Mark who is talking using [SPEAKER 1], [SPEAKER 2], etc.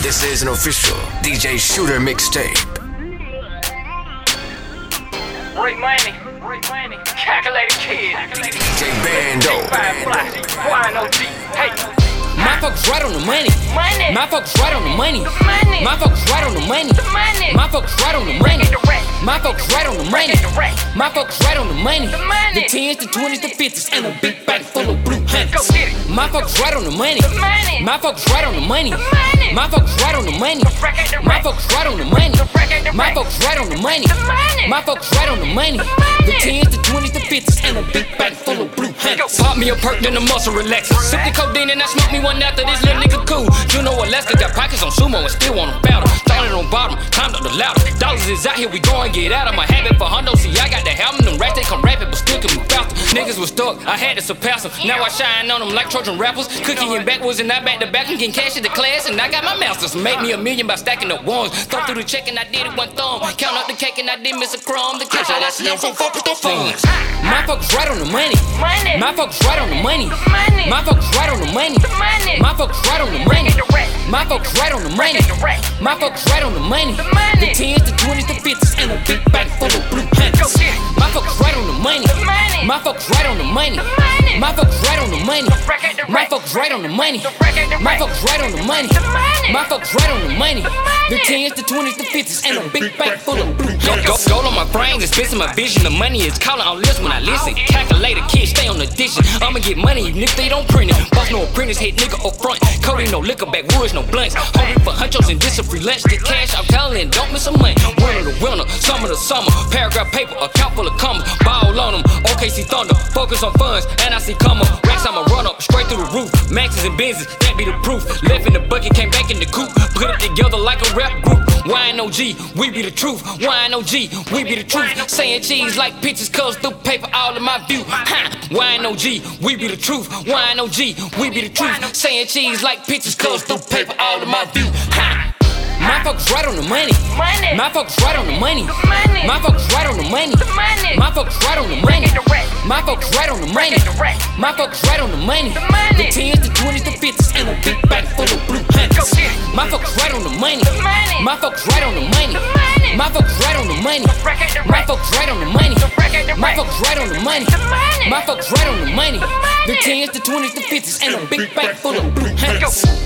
[SPEAKER 1] This is an official DJ Shooter mixtape.
[SPEAKER 2] Rick Money, Rick Money, calculated kid,
[SPEAKER 1] DJ Bando.
[SPEAKER 2] Firefly, Wine OG, hey,
[SPEAKER 3] My focus right on the money.
[SPEAKER 2] money,
[SPEAKER 3] My focus right on the money.
[SPEAKER 2] The money.
[SPEAKER 3] My focus right on the money.
[SPEAKER 2] The money.
[SPEAKER 3] My focus right on the money.
[SPEAKER 2] it direct.
[SPEAKER 3] My focus right on the money.
[SPEAKER 2] it direct.
[SPEAKER 3] My focus right on the money. The
[SPEAKER 2] money.
[SPEAKER 3] tens, the twenties, the fifties, and a big bag full of blue
[SPEAKER 2] Go
[SPEAKER 3] hunnids.
[SPEAKER 2] get it.
[SPEAKER 3] My focus right on the money.
[SPEAKER 2] The money.
[SPEAKER 3] My focus right on the money.
[SPEAKER 2] money.
[SPEAKER 3] My focus right on the money.
[SPEAKER 2] record direct.
[SPEAKER 3] My focus right on the money.
[SPEAKER 2] record direct.
[SPEAKER 3] My focus right on the money.
[SPEAKER 2] The money.
[SPEAKER 3] My focus right on the money.
[SPEAKER 2] money.
[SPEAKER 3] The tens, the twenties, the fifties, and a big bag full of blue hunnids. Pop me a perk, then the muscle relaxes. Sip the codeine and I smoke me one after this little nigga cool. Juno Alaska got pockets on sumo and still wanna battle. Started on bottom, climbed up the ladder. Dollars is out here, we go and get out of my habit for Hondo. See, I got the helmet, them rats they come rapid, but still can move faster. Niggas was stuck, I had to surpass them. Now I shine on them like Trojan rappers. Cooking in backwards and I back to back and getting cash at the class. And I got my masters. Make me a million by stacking up ones. Thumb through the check and I did it one thumb. Count up the cake and I did miss a crumb. The cash I see, I'm so focused on funds.
[SPEAKER 2] Ah.
[SPEAKER 3] My focus right on the money.
[SPEAKER 2] money,
[SPEAKER 3] My focus right on the money.
[SPEAKER 2] money.
[SPEAKER 3] My focus right on the money.
[SPEAKER 2] money.
[SPEAKER 3] My focus right on the money.
[SPEAKER 2] Record direct.
[SPEAKER 3] My focus right on the money.
[SPEAKER 2] direct.
[SPEAKER 3] My focus right on the money.
[SPEAKER 2] The money.
[SPEAKER 3] The tens, the twenties, the fifties, and a big bag full of blue hunnids.
[SPEAKER 2] Go get it.
[SPEAKER 3] My focus right on the money.
[SPEAKER 2] The money.
[SPEAKER 3] My focus right on the money.
[SPEAKER 2] The money.
[SPEAKER 3] My focus right on the money.
[SPEAKER 2] record direct.
[SPEAKER 3] My focus right on the money.
[SPEAKER 2] The record direct.
[SPEAKER 3] My focus right on the money.
[SPEAKER 2] The money.
[SPEAKER 3] My focus right on the money.
[SPEAKER 2] money.
[SPEAKER 3] The tens, the twenties, the fifties, and a big bag full of blue hunnids. Gold, on my brain, it's fixing my vision. The money is calling on list when I listen. Calculator, kid, stay on the dition. I'ma get money even if they don't print it. Boss no apprentice, hit nigga up front. Cody no liquor, backwoods, no blunts. Hungry for hunchos and this a free lunch. Get cash, I'm telling, don't miss a month. Winter the winter, summer the summer. Paragraph paper, account full of commas. Ball on them, OKC Thunder. Focus on funds, and I see comma. Racks, I'ma run up, straight through the roof. Maxes and Benzes, that be the proof. Left in the bucket, came back in the coop. Put it together like a rap group. Wine OG, we be the truth. Wine OG, we be the truth. Saying cheese like pictures comes through paper, all in my view. Ha! Wine OG, we be the truth. Wine OG, we be the truth. Saying cheese like pictures comes through paper, all in my view. Ha! My focus right on the money.
[SPEAKER 2] Money.
[SPEAKER 3] My focus right on the money.
[SPEAKER 2] money.
[SPEAKER 3] My focus right on the money.
[SPEAKER 2] money.
[SPEAKER 3] My focus right on the money.
[SPEAKER 2] Record direct.
[SPEAKER 3] My focus right on the money.
[SPEAKER 2] Record direct.
[SPEAKER 3] My focus right on the money.
[SPEAKER 2] The money.
[SPEAKER 3] The tens, the twenties, the fifties, and a big bag full of blue
[SPEAKER 2] Go
[SPEAKER 3] hunts.
[SPEAKER 2] get it.
[SPEAKER 3] My focus right on the money.
[SPEAKER 2] The money.
[SPEAKER 3] My focus right on the money.
[SPEAKER 2] The money.
[SPEAKER 3] My focus right on the money.
[SPEAKER 2] record direct.
[SPEAKER 3] My focus right on the money.
[SPEAKER 2] The record direct.
[SPEAKER 3] My focus right on the money.
[SPEAKER 2] The money.
[SPEAKER 3] My focus right on the money.
[SPEAKER 2] The money.
[SPEAKER 3] The tens, the twenties, the fifties, and a big bag full of blue hunts.
[SPEAKER 2] Go.